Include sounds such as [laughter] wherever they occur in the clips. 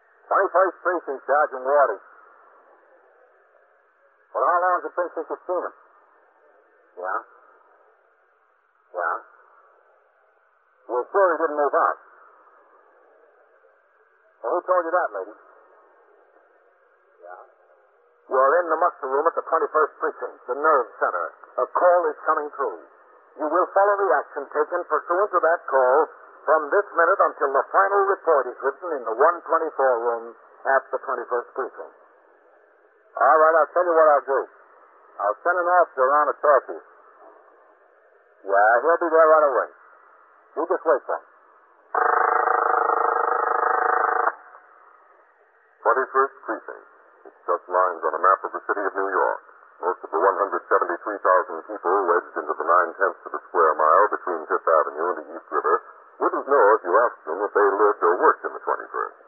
first precinct charging Wardy. Well, how long's it been since you've seen him? Yeah. Yeah. Well, sure he didn't move out. Well, who told you that, lady? Yeah. You're in the muster room at the 21st precinct, the nerve center. A call is coming through. You will follow the action taken pursuant to that call from this minute until the final report is written in the 124 room at the 21st precinct. All right, I'll tell you what I'll do. I'll send an officer around to talk to you. Yeah, he'll be there right away. You just wait for him. Twenty-first precinct. It's just lines on a map of the city of New York. Most of the 173,000 people wedged into the nine-tenths of a square mile between Fifth Avenue and the East River wouldn't know if you asked them if they lived or worked in the 21st.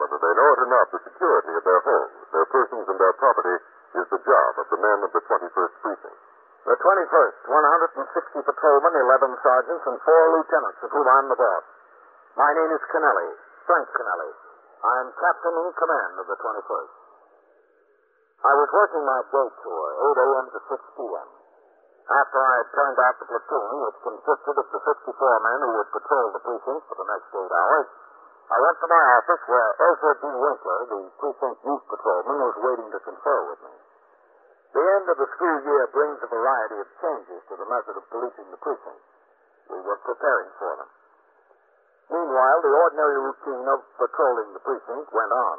Whether they know it or not, the security of their homes, their persons, and their property is the job of the men of the 21st precinct. The 21st, 160 patrolmen, 11 sergeants, and four lieutenants, of whom I'm the boss. My name is Kennelly, Frank Kennelly. I'm captain in command of the 21st. I was working my day tour, 8 a.m. to 6 p.m. After I had turned out the platoon, which consisted of the 64 men who would patrol the precinct for the next eight hours, I went to my office where Ezra D. Winkler, the precinct youth patrolman, was waiting to confer with me. The end of the school year brings a variety of changes to the method of policing the precinct. We were preparing for them. Meanwhile, the ordinary routine of patrolling the precinct went on.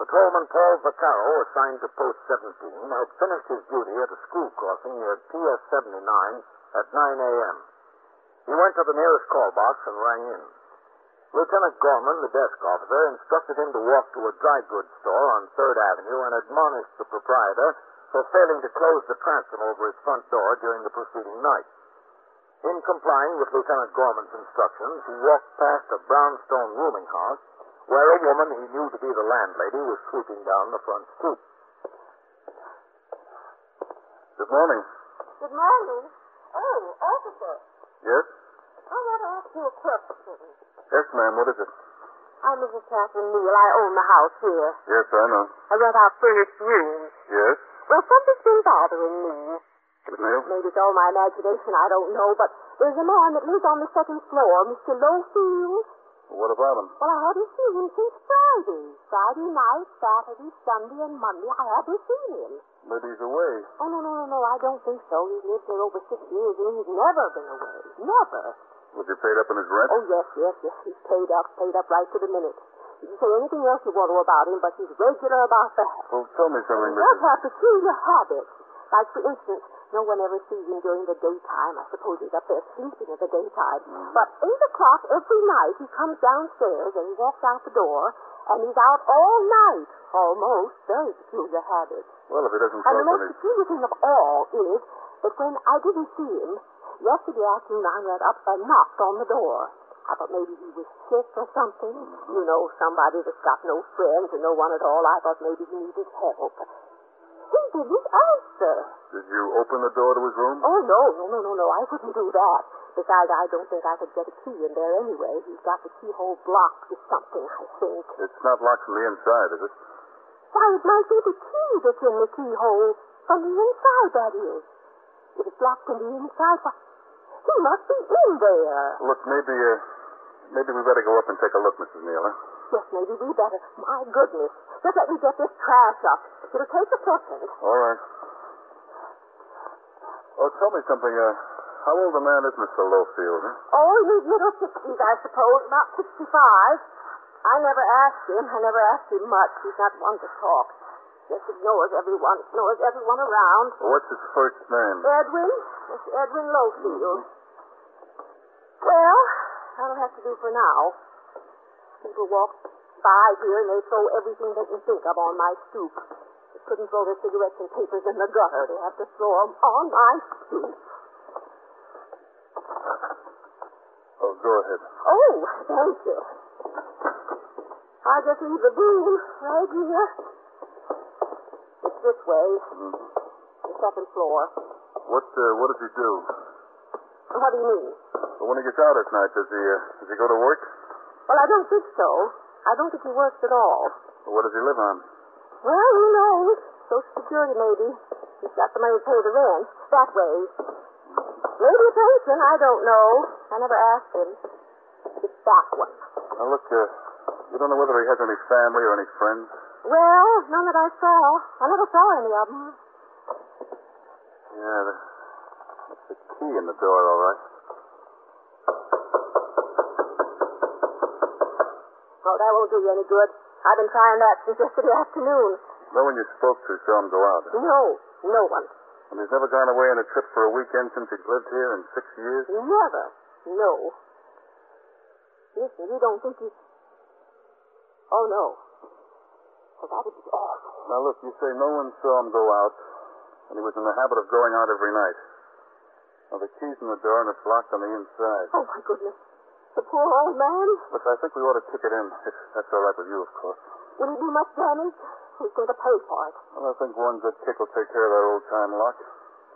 Patrolman Paul Vaccaro, assigned to Post 17, had finished his duty at a school crossing near PS 79 at 9 a.m. He went to the nearest call box and rang in. Lieutenant Gorman, the desk officer, instructed him to walk to a dry goods store on 3rd Avenue and admonished the proprietor for failing to close the transom over his front door during the preceding night. In complying with Lieutenant Gorman's instructions, he walked past a brownstone rooming house where a woman he knew to be the landlady was sweeping down the front stoop. Good morning. Good morning. Oh, officer. Yes? I want to ask you a question. Yes, ma'am. What is it? I'm Mrs. Catherine Neal. I own the house here. Yes, I know. I rent out furnished rooms. Yes? Well, something's been bothering me. Well, Maybe it's all my imagination. I don't know. But there's a man that lives on the second floor, Mr. Lowfield. what about him? Well, I haven't seen him since Friday. Friday night, Saturday, Sunday, and Monday. I haven't seen him. Maybe he's away. Oh, no, no, no, no. I don't think so. He's lived here over six years, and he's never been away. Never. Was he paid up in his rent? Oh, yes, yes, yes. He's paid up, paid up right to the minute. You can say anything else you want to about him, but he's regular about that. Well, tell me He something, does Mrs. have peculiar habits. Like, for instance, no one ever sees him during the daytime. I suppose he's up there sleeping in the daytime. But 8 o'clock every night, he comes downstairs and he walks out the door, and he's out all night, almost. Very peculiar habits. Well, if he doesn't And talk the when most he's... peculiar thing of all is that when I didn't see him, yesterday afternoon I went up and knocked on the door. I thought maybe he was sick or something. You know, somebody that's got no friends and no one at all. I thought maybe he needed help. He didn't answer. Did you open the door to his room? Oh, no, no, no, no, no. I wouldn't do that. Besides, I don't think I could get a key in there anyway. He's got the keyhole blocked with something, I think. It's not locked from the inside, is it? Why, it might be the key that's in the keyhole. From the inside, that is. If it's locked from the inside, why, he must be in there. Look, maybe, uh, maybe we better go up and take a look, Mrs. Neal, huh? Yes, maybe we better. My goodness. Just let me get this trash up. It'll take a second. All right. Oh, tell me something, uh, how old a man is Mr. Lowfield, huh? Oh, in his middle 60s, I suppose, about 65. I never asked him. I never asked him much. He's not one to talk. Just ignores everyone, ignores everyone around. What's his first name? Edwin? It's Edwin Lowfield. Well, that'll have to do for now. People walk by here and they throw everything they can think of on my stoop. They couldn't throw their cigarettes and papers in the gutter. They have to throw 'em on my stoop. Oh, go ahead. Oh, thank you. I just leave the beam right here. It's this way, the second floor. What, Mm. uh, what does he do? What do you mean? Well, when he gets out at night, does he, uh, does he go to work? Well, I don't think so. I don't think he works at all. What does he live on? Well, who knows? Social Security, maybe. He's got the money to pay the rent. That way. Maybe a pension. I don't know. I never asked him. It's that one. Now, look, uh, you don't know whether he has any family or any friends? Well, none that I saw. I never saw any of them. Yeah, the, that's the key in the door, all right. Oh, that won't do you any good. I've been trying that since yesterday [laughs] afternoon. No one you spoke to saw him go out. huh? No, no one. And he's never gone away on a trip for a weekend since he's lived here in six years? Never. No. Listen, you don't think he's. Oh, no. Well, that would be awful. Now, look, you say no one saw him go out, and he was in the habit of going out every night. Now, the key's in the door, and it's locked on the inside. Oh, my goodness. The poor old man. Look, I think we ought to kick it in, if that's all right with you, of course. Will he do much damage? Who's going to pay for it? Well, I think one good kick will take care of that old-time lock.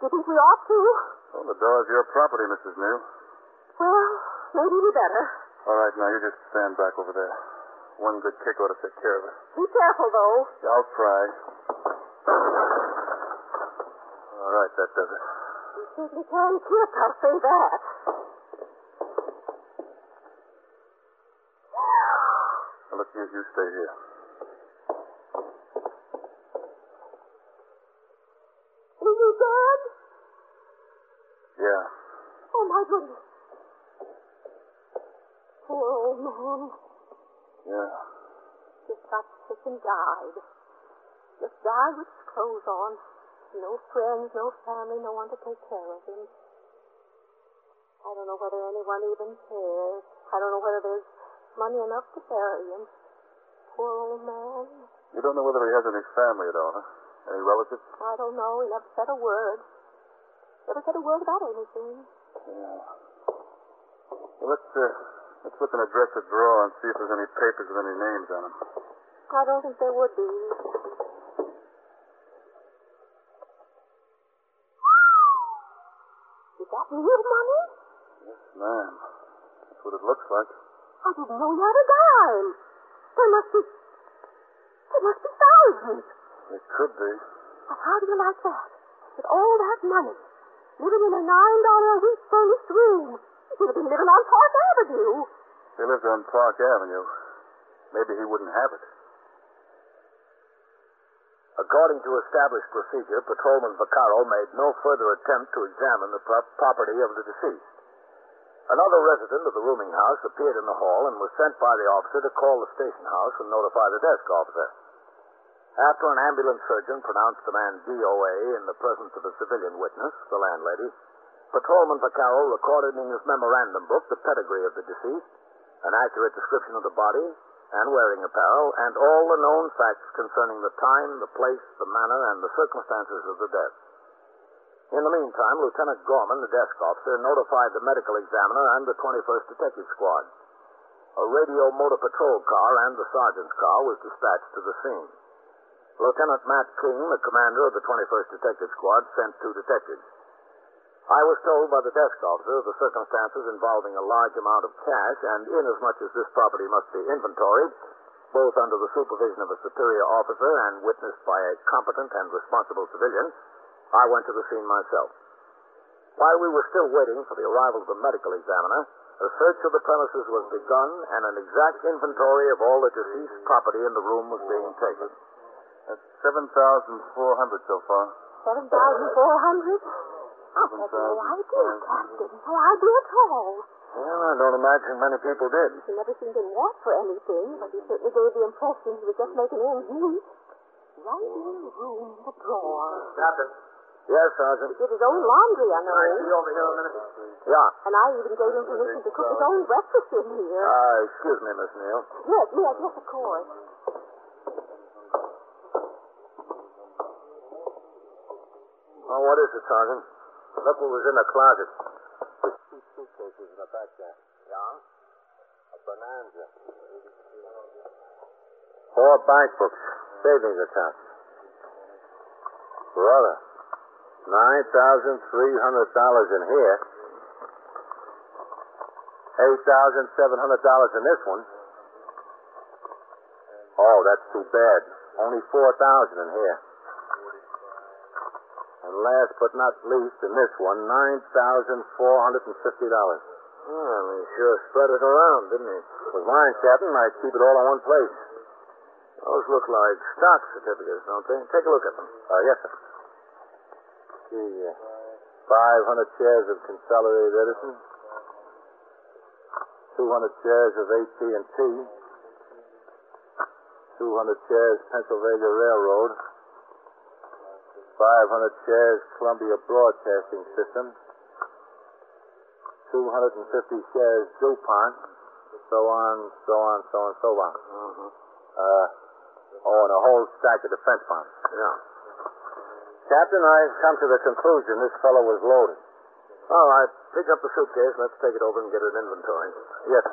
Do you think we ought to? Well, the door's your property, Mrs. New. Well, maybe we better. All right, now, you just stand back over there. One good kick ought to take care of it. Be careful, though. I'll try. All right, that does it. You certainly can kick, I'll say that. Now, look, you, you stay here. Is he dead? Yeah. Oh, my goodness. Poor old man. Yeah. Just got sick and died. Just died with his clothes on. No friends, no family, no one to take care of him. I don't know whether anyone even cares. I don't know whether there's money enough to bury him. Poor old man. You don't know whether he has any family at all, huh? Any relatives? I don't know. He never said a word. Never said a word about anything. Yeah. Well, let's, uh, let's look in a dresser drawer and see if there's any papers with any names on them. I don't think there would be. Is that real money? Yes, ma'am. That's what it looks like. I didn't know you had a dime. There must be. There must be thousands. It could be. But how do you like that? With all that money, living in a nine dollar a week furnished room, you'd have been living on Park Avenue. He lives on Park Avenue. Maybe he wouldn't have it. According to established procedure, Patrolman Vaccaro made no further attempt to examine the pro- property of the deceased. Another resident of the rooming house appeared in the hall and was sent by the officer to call the station house and notify the desk officer. After an ambulance surgeon pronounced the man DOA in the presence of a civilian witness, the landlady, Patrolman Vaccaro recorded in his memorandum book the pedigree of the deceased, an accurate description of the body and wearing apparel, and all the known facts concerning the time, the place, the manner, and the circumstances of the death. In the meantime, Lieutenant Gorman, the desk officer, notified the medical examiner and the 21st Detective Squad. A radio motor patrol car and the sergeant's car was dispatched to the scene. Lieutenant Matt King, the commander of the 21st Detective Squad, sent two detectives. I was told by the desk officer of the circumstances involving a large amount of cash, and inasmuch as this property must be inventoried, both under the supervision of a superior officer and witnessed by a competent and responsible civilian, I went to the scene myself. While we were still waiting for the arrival of the medical examiner, a search of the premises was begun, and an exact inventory of all the deceased property in the room was being taken. That's 7,400 so far. 7,400? I had no idea, Captain. No idea at all. Well, I don't imagine many people did. He never seemed to want for anything, but he certainly gave the impression he was just making ends meet. Right in the room, the drawer. Captain, Yes, Sergeant. Did his own laundry, I know. can I see over here a minute? Yeah. And I even gave him permission to cook his own breakfast in here. Uh, excuse me, Miss Neal. Yes, yes, yes, of course. Oh, what is it, Sergeant? Look what was in the closet. Two suitcases in the back there. Yeah? A bonanza. Four bank books. Savings account. Brother. Nine thousand three hundred dollars in here. Eight thousand seven hundred dollars in this one. Oh, that's too bad. Only 4,000 in here. And last but not least, in this one, $9,450. Well, he sure spread it around, didn't he? With mine, Captain, I keep it all in one place. Those look like stock certificates, don't they? Take a look at them. Uh, yes, sir. See, uh, 500 shares of Consolidated Edison, 200 shares of AT&T, 200 shares Pennsylvania Railroad, 500 shares Columbia Broadcasting System, 250 shares DuPont, so on, so on, so on, so on. Mm-hmm. Uh, oh, and a whole stack of defense bonds. Yeah. Captain, I've come to the conclusion this fellow was loaded. All right. Pick up the suitcase. Let's take it over and get an inventory. Yes.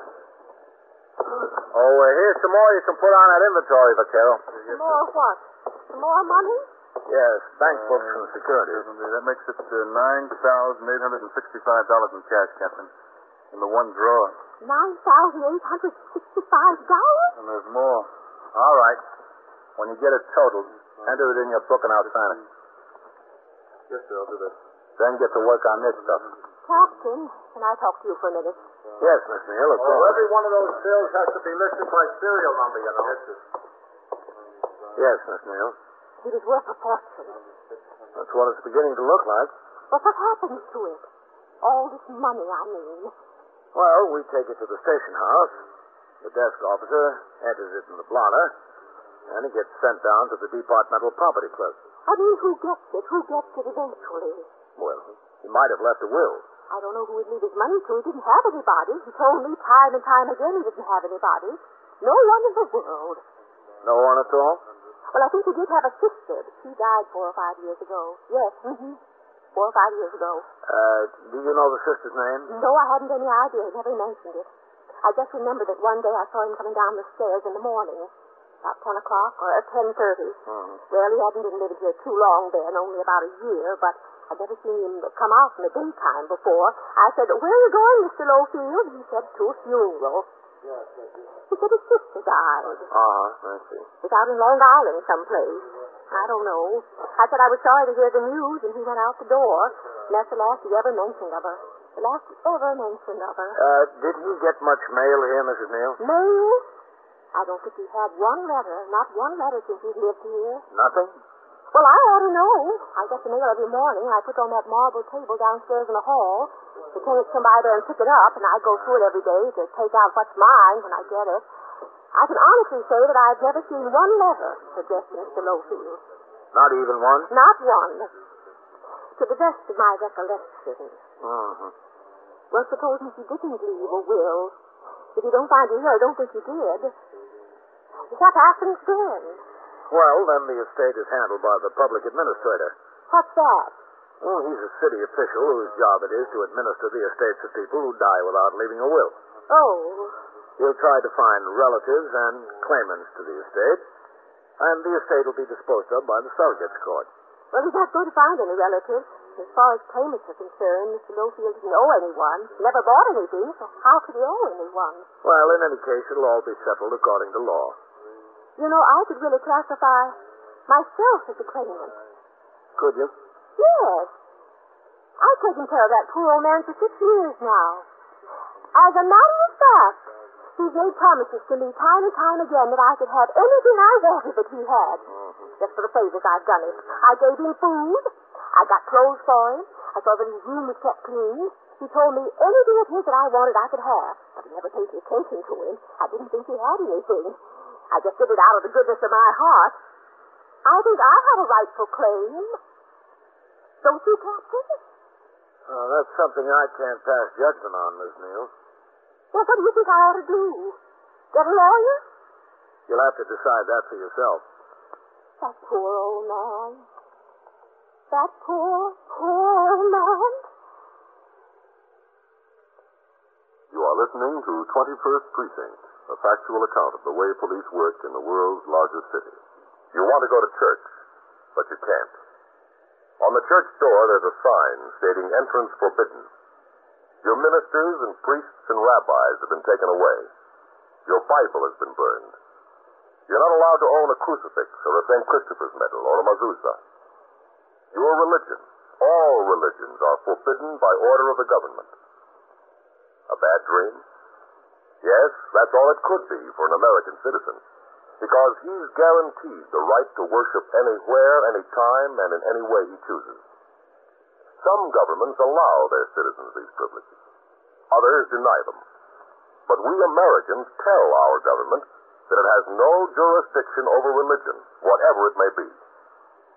Oh, uh, here's some more you can put on that inventory, Vaquero. Some more what? Some more money? Yes, bank books and securities. Certainly. That makes it uh, nine thousand eight hundred and sixty-five dollars in cash, Captain, in the one drawer. Nine thousand eight hundred sixty-five dollars? And there's more. All right. When you get it totaled, enter it in your book and I'll sign it. Yes, sir, I'll do that. Then get to work on this stuff. Captain, can I talk to you for a minute? Yes, Miss Neal, of Oh, course. every one of those bills has to be listed by serial number, you know. Yes, Miss Neal. He was worth a fortune. That's what it's beginning to look like. But what happens to it? All this money, I mean. Well, we take it to the station house. The desk officer enters it in the blotter, and it gets sent down to the departmental property clerk. I mean, who gets it? Who gets it eventually? Well, he might have left a will. I don't know who he'd leave his money to. He didn't have anybody. He told me time and time again he didn't have anybody. No one in the world. No one at all? Well, I think he did have a sister, but she died four or five years ago. Yes, mm-hmm. Four or five years ago. Uh, do you know the sister's name? No, I hadn't any idea. He never mentioned it. I just remember that one day I saw him coming down the stairs in the morning, about ten o'clock or ten thirty. Hmm. Well, he hadn't been living here too long then, only about a year, but I'd never seen him come out in the daytime before. I said, Where are you going, Mr. Lowfield? He said, To a funeral. He said his sister died. Uh-huh, I see. It's out in Long Island someplace. I don't know. I said I was sorry to hear the news, and he went out the door. And that's the last he ever mentioned of her. The last he ever mentioned of her. Uh, did he get much mail here, Mrs. Neal? Mail? I don't think he had one letter, not one letter since he lived here. Nothing? Well, I ought to know. I get the mail every morning. I put it on that marble table downstairs in the hall. The tenants come by there and pick it up, and I go through it every day to take out what's mine when I get it. I can honestly say that I've never seen one letter addressed to Mr. Lowfield. Not even one? Not one. To the best of my recollection. Mm-hmm. Well, supposing he didn't leave a will. If you don't find it here, I don't think he did. What happens then? Well, then the estate is handled by the public administrator. What's that? Well, he's a city official whose job it is to administer the estates of people who die without leaving a will. Oh, He'll try to find relatives and claimants to the estate, and the estate will be disposed of by the surrogate's court. well, he's not going to find any relatives. As far as payments are concerned, Mr. Lowfield didn't owe anyone. Never bought anything, so how could he owe anyone? Well, in any case, it'll all be settled according to law. You know, I could really classify myself as a claimant. Could you? Yes. I've taken care of that poor old man for six years now. As a matter of fact, he's made promises to me time and time again that I could have anything I wanted that he had. Just for the favors I've done him. I gave him food. I got clothes for him. I saw that his room was kept clean. He told me anything of his that I wanted I could have. I never paid any attention to him. I didn't think he had anything. I just did it out of the goodness of my heart. I think I have a rightful claim. Don't you, Captain? Uh, that's something I can't pass judgment on, Miss Neal. Well, what do you think I ought to do? Get a lawyer? You'll have to decide that for yourself. That poor old man. That poor, poor old man. You are listening to 21st Precinct, a factual account of the way police work in the world's largest city. You want to go to church, but you can't. On the church door, there's a sign stating entrance forbidden. Your ministers and priests and rabbis have been taken away. Your Bible has been burned. You're not allowed to own a crucifix or a St. Christopher's medal or a mezuzah. Your religion, all religions, are forbidden by order of the government. A bad dream? Yes, that's all it could be for an American citizen. Because he's guaranteed the right to worship anywhere, anytime, and in any way he chooses. Some governments allow their citizens these privileges. Others deny them. But we Americans tell our government that it has no jurisdiction over religion, whatever it may be.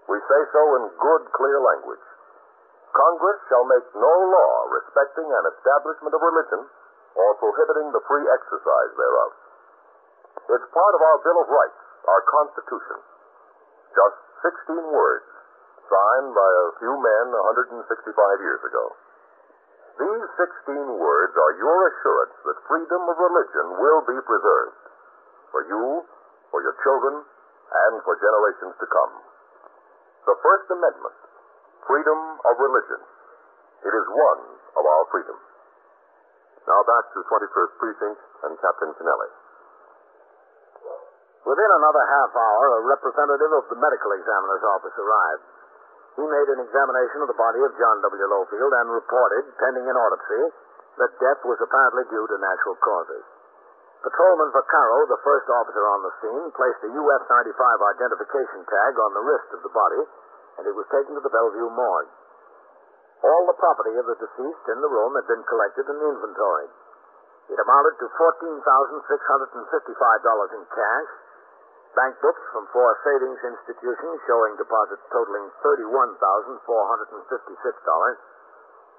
We say so in good, clear language. Congress shall make no law respecting an establishment of religion or prohibiting the free exercise thereof. It's part of our Bill of Rights, our Constitution. Just 16 words, signed by a few men 165 years ago. These 16 words are your assurance that freedom of religion will be preserved for you, for your children, and for generations to come. The First Amendment, freedom of religion. It is one of our freedoms. Now back to 21st Precinct and Captain Kennelly. Within another half hour, a representative of the medical examiner's office arrived. He made an examination of the body of John W. Lowfield and reported, pending an autopsy, that death was apparently due to natural causes. Patrolman Vaccaro, the first officer on the scene, placed a UF 95 identification tag on the wrist of the body, and it was taken to the Bellevue morgue. All the property of the deceased in the room had been collected and inventoried. It amounted to $14,655 in cash, bank books from four savings institutions showing deposits totaling $31,456.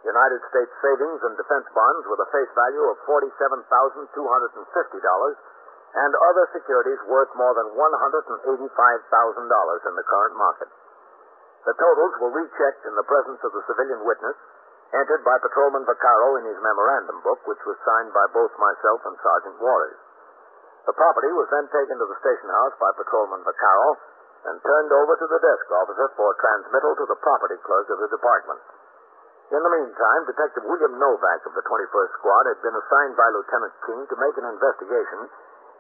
United States savings and defense bonds with a face value of $47,250 and other securities worth more than $185,000 in the current market. The totals were rechecked in the presence of the civilian witness, entered by Patrolman Vaccaro in his memorandum book, which was signed by both myself and Sergeant Waters. The property was then taken to the station house by Patrolman Vaccaro and turned over to the desk officer for transmittal to the property clerk of the department. In the meantime, Detective William Novak of the 21st Squad had been assigned by Lieutenant King to make an investigation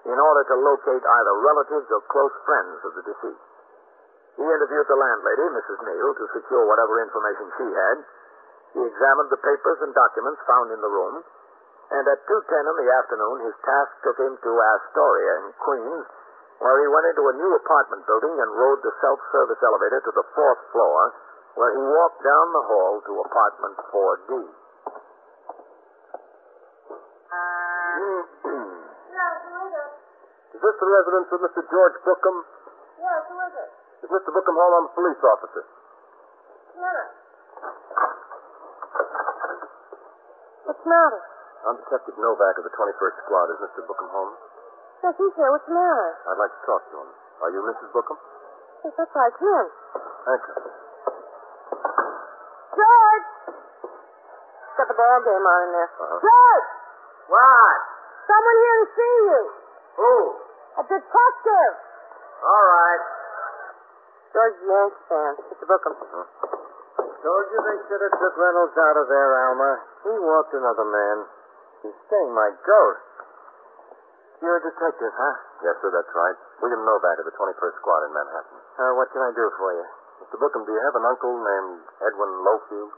in order to locate either relatives or close friends of the deceased. He interviewed the landlady, Mrs. Neal, to secure whatever information she had. He examined the papers and documents found in the room, and at 2.10 in the afternoon, his task took him to Astoria in Queens, where he went into a new apartment building and rode the self-service elevator to the fourth floor, where he walked down the hall to apartment 4D. Mm. [clears throat] Yes, who is it? Is this the residence of Mr. George Bookham? Yes, who is it? Is Mr. Bookham home? I'm a police officer. Sienna. What's the matter? I'm Detective Novak of the 21st Squad. Is Mr. Bookham home? Yes, he's here. What's the matter? I'd like to talk to him. Are you Mrs. Bookham? Yes, that's right. It's him. Thank you. George! Got the ball game on in there. Uh-huh. George! What? Someone here to see you. Who? A detective. All right. George Yanks fan. Mr. Bookham. Told you they should have took Reynolds out of there, Alma. He walked another man. He's staying my ghost. You're a detective, huh? Yes, sir, that's right. William Novak of the 21st Squad in Manhattan. Uh, what can I do for you? Mr. Bookham, do you have an uncle named Edwin Lowfield?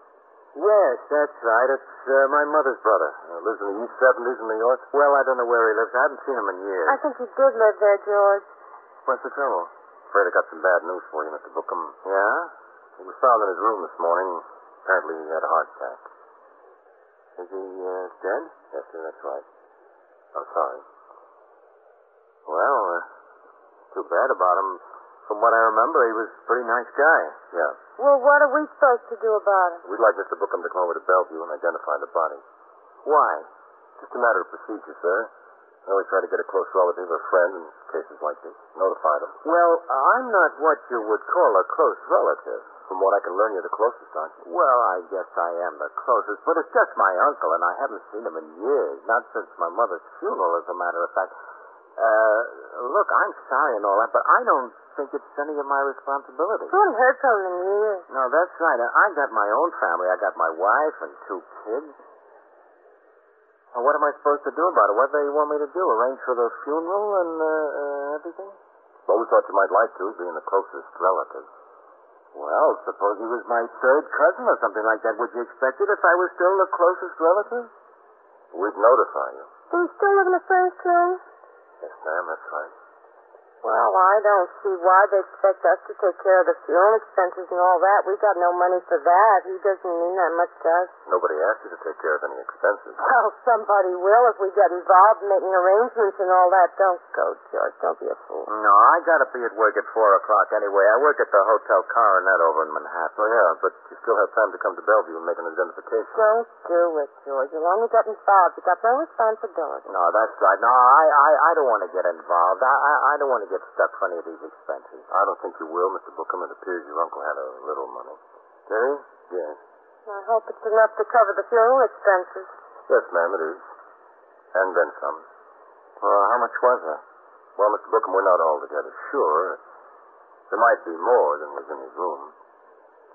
Yes, that's right. It's uh, my mother's brother. Uh, lives in the East 70s in New York? Well, I don't know where he lives. I haven't seen him in years. I think he did live there, George. What's the trouble? Afraid I got some bad news for you, Mr. Bookham. Yeah? He was found in his room this morning. Apparently he had a heart attack. Is he uh, dead? Oh, Yes, sir, that's right. I'm sorry. Well, uh, too bad about him. From what I remember, he was a pretty nice guy. Yeah. Well, what are we supposed to do about it? We'd like Mr. Bookham to come over to Bellevue and identify the body. Why? Just a matter of procedure, sir. I always try to get a close relative or friend in cases like this. Notify them. Well, I'm not what you would call a close relative. From what I can learn, you're the closest, aren't you? Well, I guess I am the closest, but it's just my uncle, and I haven't seen him in years. Not since my mother's funeral, as a matter of fact. Uh, look, I'm sorry and all that, but I don't think it's any of my responsibility. Haven't heard from him in years. No, that's Uh, right. I I got my own family. I got my wife and two kids. Well, what am I supposed to do about it? What do they want me to do? Arrange for the funeral and uh, uh, everything? But we thought you might like to, being the closest relative. Well, suppose he was my third cousin or something like that. Would you expect it if I was still the closest relative? We'd notify you. Do you still live in the first room? Yes, ma'am, that's right. Well, I don't see why they expect us to take care of the funeral expenses and all that. We got no money for that. He doesn't mean that much to us. [laughs] Nobody asked you to take care of any expenses. Well, somebody will if we get involved making arrangements and all that. Don't go, George. Don't be a fool. No, I gotta be at work at four o'clock anyway. I work at the Hotel Coronet over in Manhattan. Oh, yeah, but you still have time to come to Bellevue and make an identification. Don't do it, George. You'll only get involved. You got no responsibility. No, that's right. No, I, I, I don't want to get involved. I, I, I don't want to get stuck for any of these expenses. I don't think you will, Mr. Bookham. It appears your uncle had a little money. Did he? Yes. I hope it's enough to cover the funeral expenses. Yes, ma'am, it is. And then some. Well, how much was that? Well, Mr. Bookham, we're not altogether sure. There might be more than was in his room.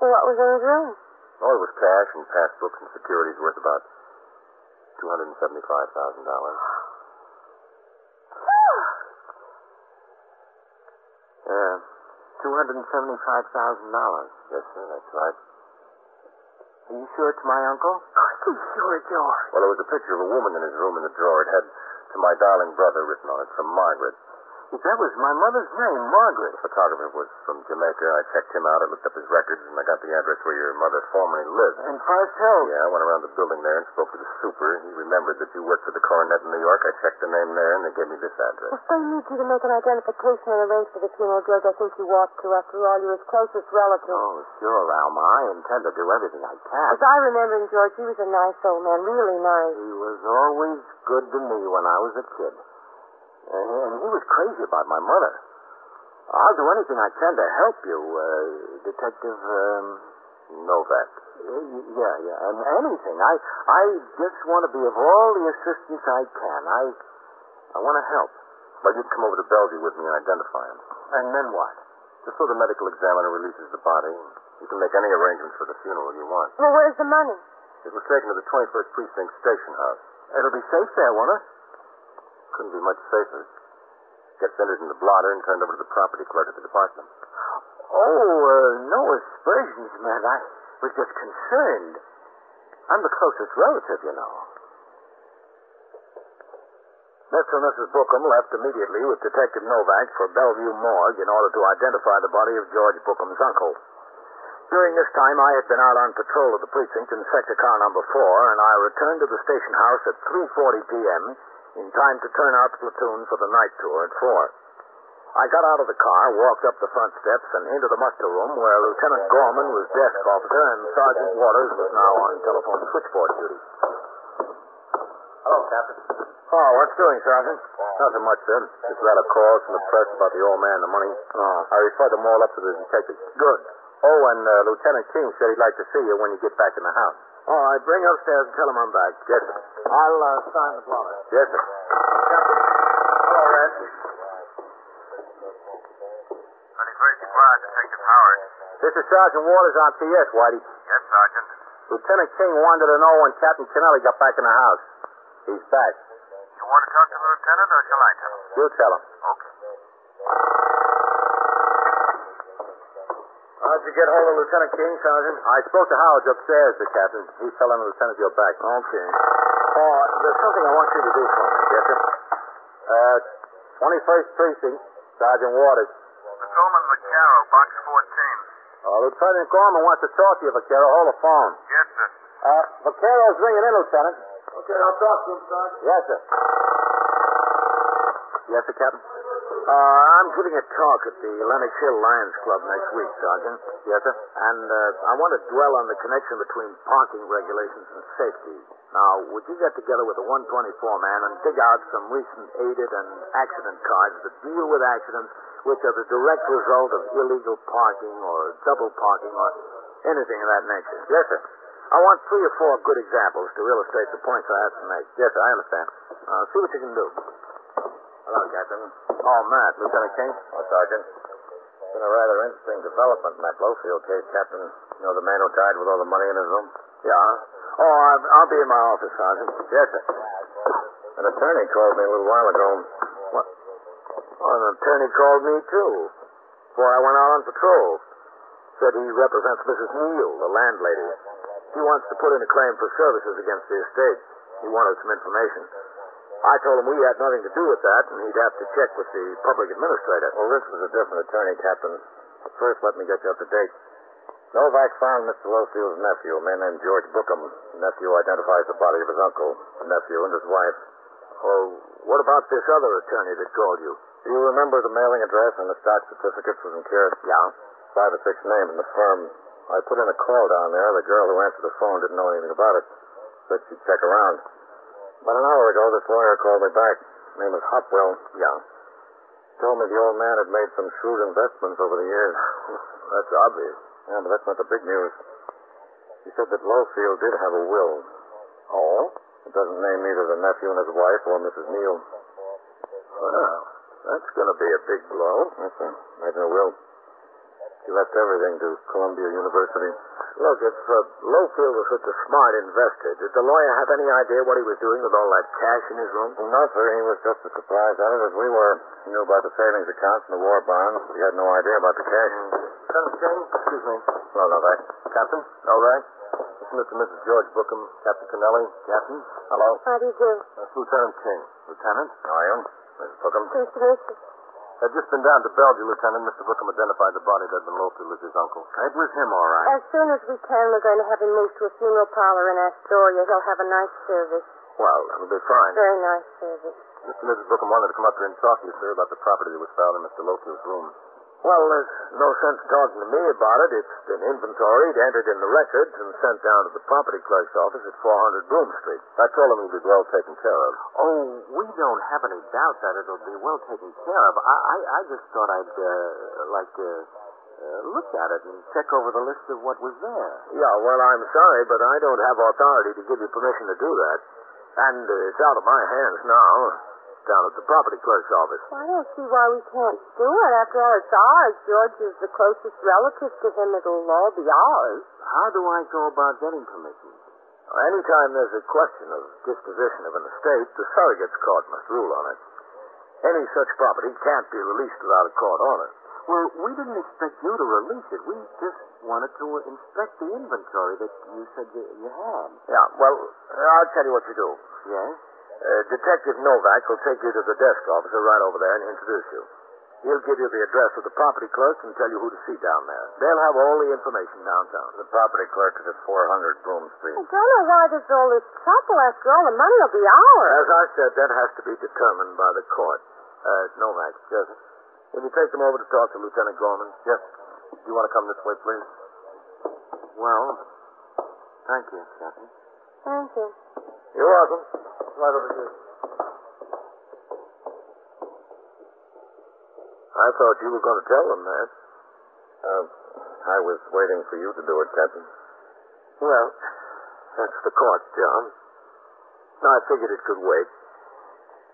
What was in his room? All it was cash and passbooks and securities worth about $275,000. Yeah. Uh, Two hundred and seventy five thousand dollars. Yes, sir, that's right. Are you sure it's my uncle? Aren't you sure, George? Well, there was a picture of a woman in his room in the drawer. It had to my darling brother written on it from Margaret. If that was my mother's name, Margaret. The photographer was from Jamaica. I checked him out. I looked up his records, and I got the address where your mother formerly lived. In Forest Hills? Yeah, I went around the building there and spoke to the super. He remembered that you worked for the coronet in New York. I checked the name there, and they gave me this address. If they need you to make an identification and arrange for the funeral, George, I think you ought to. After all, you're his closest relative. Oh, sure, Alma. I intend to do everything I can. As I remember him, George, he was a nice old man, really nice. He was always good to me when I was a kid. And he was crazy about my mother. I'll do anything I can to help you, uh, Detective um, Novak. Yeah, yeah, and anything. I I just want to be of all the assistance I can. I I want to help. Well, you'd come over to Bellevue with me and identify him. And then what? Just so the medical examiner releases the body, you can make any arrangements for the funeral you want. Well, where's the money? It was taken to the 21st Precinct Station House. It'll be safe there, won't it? couldn't be much safer. Gets entered in the blotter and turned over to the property clerk at the department. Oh, uh, no aspersions, man. I was just concerned. I'm the closest relative, you know. Mr. and Mrs. Bookham left immediately with Detective Novak for Bellevue Morgue in order to identify the body of George Bookham's uncle. During this time, I had been out on patrol of the precinct in sector car number four, and I returned to the station house at 3.40 p.m in time to turn out the platoon for the night tour at 4. I got out of the car, walked up the front steps, and into the muster room where Lieutenant Gorman was desk officer and Sergeant Waters was now on telephone switchboard duty. Hello, Captain. Oh, what's doing, Sergeant? Nothing much, sir. Just got a call from the press about the old man and the money. Oh. I referred them all up to the detective. Good. Oh, and uh, Lieutenant King said he'd like to see you when you get back in the house. All right, bring upstairs and tell him I'm back. Yes, sir. I'll uh, sign the blotter. Yes, sir. Captain. Hello, Red. Pretty great surprise, Detective Howard. This is Sergeant Waters on PS, Whitey. Yes, Sergeant. Lieutenant King wanted to know when Captain Kennelly got back in the house. He's back. You want to talk to the lieutenant, or shall I tell him? You tell him. Okay. How'd you get hold of Lieutenant King, Sergeant? I spoke to Howard upstairs, the captain. He's telling the lieutenant you're back. Okay. Oh, there's something I want you to do for me. Yes, sir. Uh, 21st Precinct, Sergeant Waters. The Gorman Vaquero, Box 14. Uh, Lieutenant Gorman wants to talk to you, Vaquero. Hold the phone. Yes, sir. Uh, Vaquero's ringing in, Lieutenant. Okay, I'll talk to him, Sergeant. Yes, sir. Yes, sir, Captain. Uh, I'm giving a talk at the Lenox Hill Lions Club next week, Sergeant. Yes, sir. And uh, I want to dwell on the connection between parking regulations and safety. Now, would you get together with a 124 man and dig out some recent aided and accident cards that deal with accidents which are the direct result of illegal parking or double parking or anything of that nature? Yes, sir. I want three or four good examples to illustrate the points I have to make. Yes, sir, I understand. Uh, see what you can do. Hello, Captain. Oh, Matt, Lieutenant King. Oh, Sergeant. It's been a rather interesting development in that Lowfield case, Captain. You know the man who died with all the money in his room? Yeah. Oh, I'll, I'll be in my office, Sergeant. Yes, sir. An attorney called me a little while ago. What? Well, an attorney called me, too, before I went out on patrol. Said he represents Mrs. Neal, the landlady. She wants to put in a claim for services against the estate. He wanted some information. I told him we had nothing to do with that, and he'd have to check with the public administrator. Well, this was a different attorney, Captain. First, let me get you up to date. Novak found Mr. Lowfield's nephew, a man named George Bookham. The nephew identifies the body of his uncle, the nephew, and his wife. Oh, what about this other attorney that called you? Do you remember the mailing address and the stock certificate for Zincura? Yeah. Five or six name in the firm. I put in a call down there. The girl who answered the phone didn't know anything about it. Said she'd check around. About an hour ago, this lawyer called me back. His name was Hopwell. Yeah. Told me the old man had made some shrewd investments over the years. [laughs] that's obvious. Yeah, but that's not the big news. He said that Lowfield did have a will. Oh? It doesn't name either the nephew and his wife or Mrs. Neal. Well, that's going to be a big blow. That's a, that's a will. He left everything to Columbia University. Look, if uh, Lowfield was such a smart investor, did the lawyer have any idea what he was doing with all that cash in his room? No, sir. He was just as surprised at it as we were. He knew about the savings accounts and the war bonds. He had no idea about the cash. Captain James, excuse me. No, Novak. Captain, Novak. This is Mr. and Mrs. George Bookham, Captain Kennelly. Captain, hello. How do you do? That's Lieutenant King. Lieutenant? How are you? Mrs. Bookham. Pleased to meet you. I've just been down to Bellevue, Lieutenant. Mr. Bookham identified the body that had been located as his uncle. It was him, all right. As soon as we can, we're going to have him moved to a funeral parlor in Astoria. He'll have a nice service. Well, it'll be fine. Very nice service. Mr. and Mrs. Bookham wanted to come up here and talk to you, sir, about the property that was found in Mr. Lowfield's room. Well, there's no sense talking to me about it. It's been inventoried, entered in the records, and sent down to the property clerk's office at 400 Broom Street. I told him it'd be well taken care of. Oh, we don't have any doubt that it'll be well taken care of. I, I, I just thought I'd uh, like to uh, look at it and check over the list of what was there. Yeah, well, I'm sorry, but I don't have authority to give you permission to do that. And uh, it's out of my hands now down at the property clerk's office. Well, I don't see why we can't do it. After all, it's ours. George is the closest relative to him. It'll all be ours. How do I go about getting permission? Well, anytime there's a question of disposition of an estate, the surrogate's court must rule on it. Any such property can't be released without a court order. Well, we didn't expect you to release it. We just wanted to inspect the inventory that you said you, you had. Yeah, well, I'll tell you what you do. Yes? Uh, Detective Novak will take you to the desk officer right over there and introduce you. He'll give you the address of the property clerk and tell you who to see down there. They'll have all the information downtown. The property clerk is at 400 Broom Street. I don't know why there's all this trouble. After all, the money will be ours. As I said, that has to be determined by the court. Uh, Novak, yes. Will you take them over to talk to Lieutenant Gorman? Yes. Do you want to come this way, please? Well, thank you, Captain. Thank you. You're welcome. Right over here. I thought you were going to tell them that. Uh, I was waiting for you to do it, Captain. Well, that's the court, John. I figured it could wait.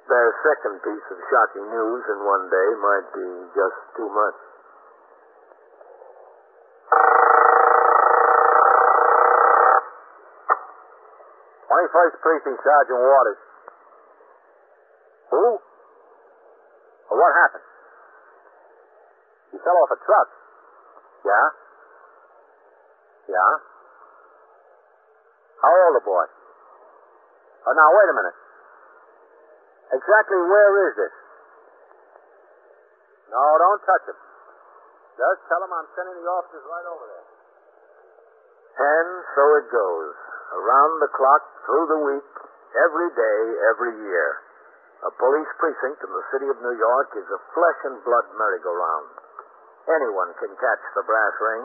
Their second piece of shocking news in one day might be just too much. First Precinct Sergeant Waters. Who? Well, what happened? You fell off a truck. Yeah? Yeah? How old a boy? Oh, now, wait a minute. Exactly where is this? No, don't touch him. Just tell him I'm sending the officers right over there. And so it goes around the clock, through the week, every day, every year. A police precinct in the city of New York is a flesh and blood merry-go-round. Anyone can catch the brass ring,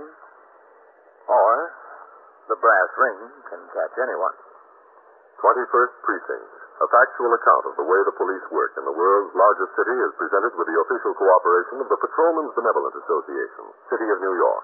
or the brass ring can catch anyone. 21st Precinct. A factual account of the way the police work in the world's largest city is presented with the official cooperation of the Patrolmen's Benevolent Association, City of New York.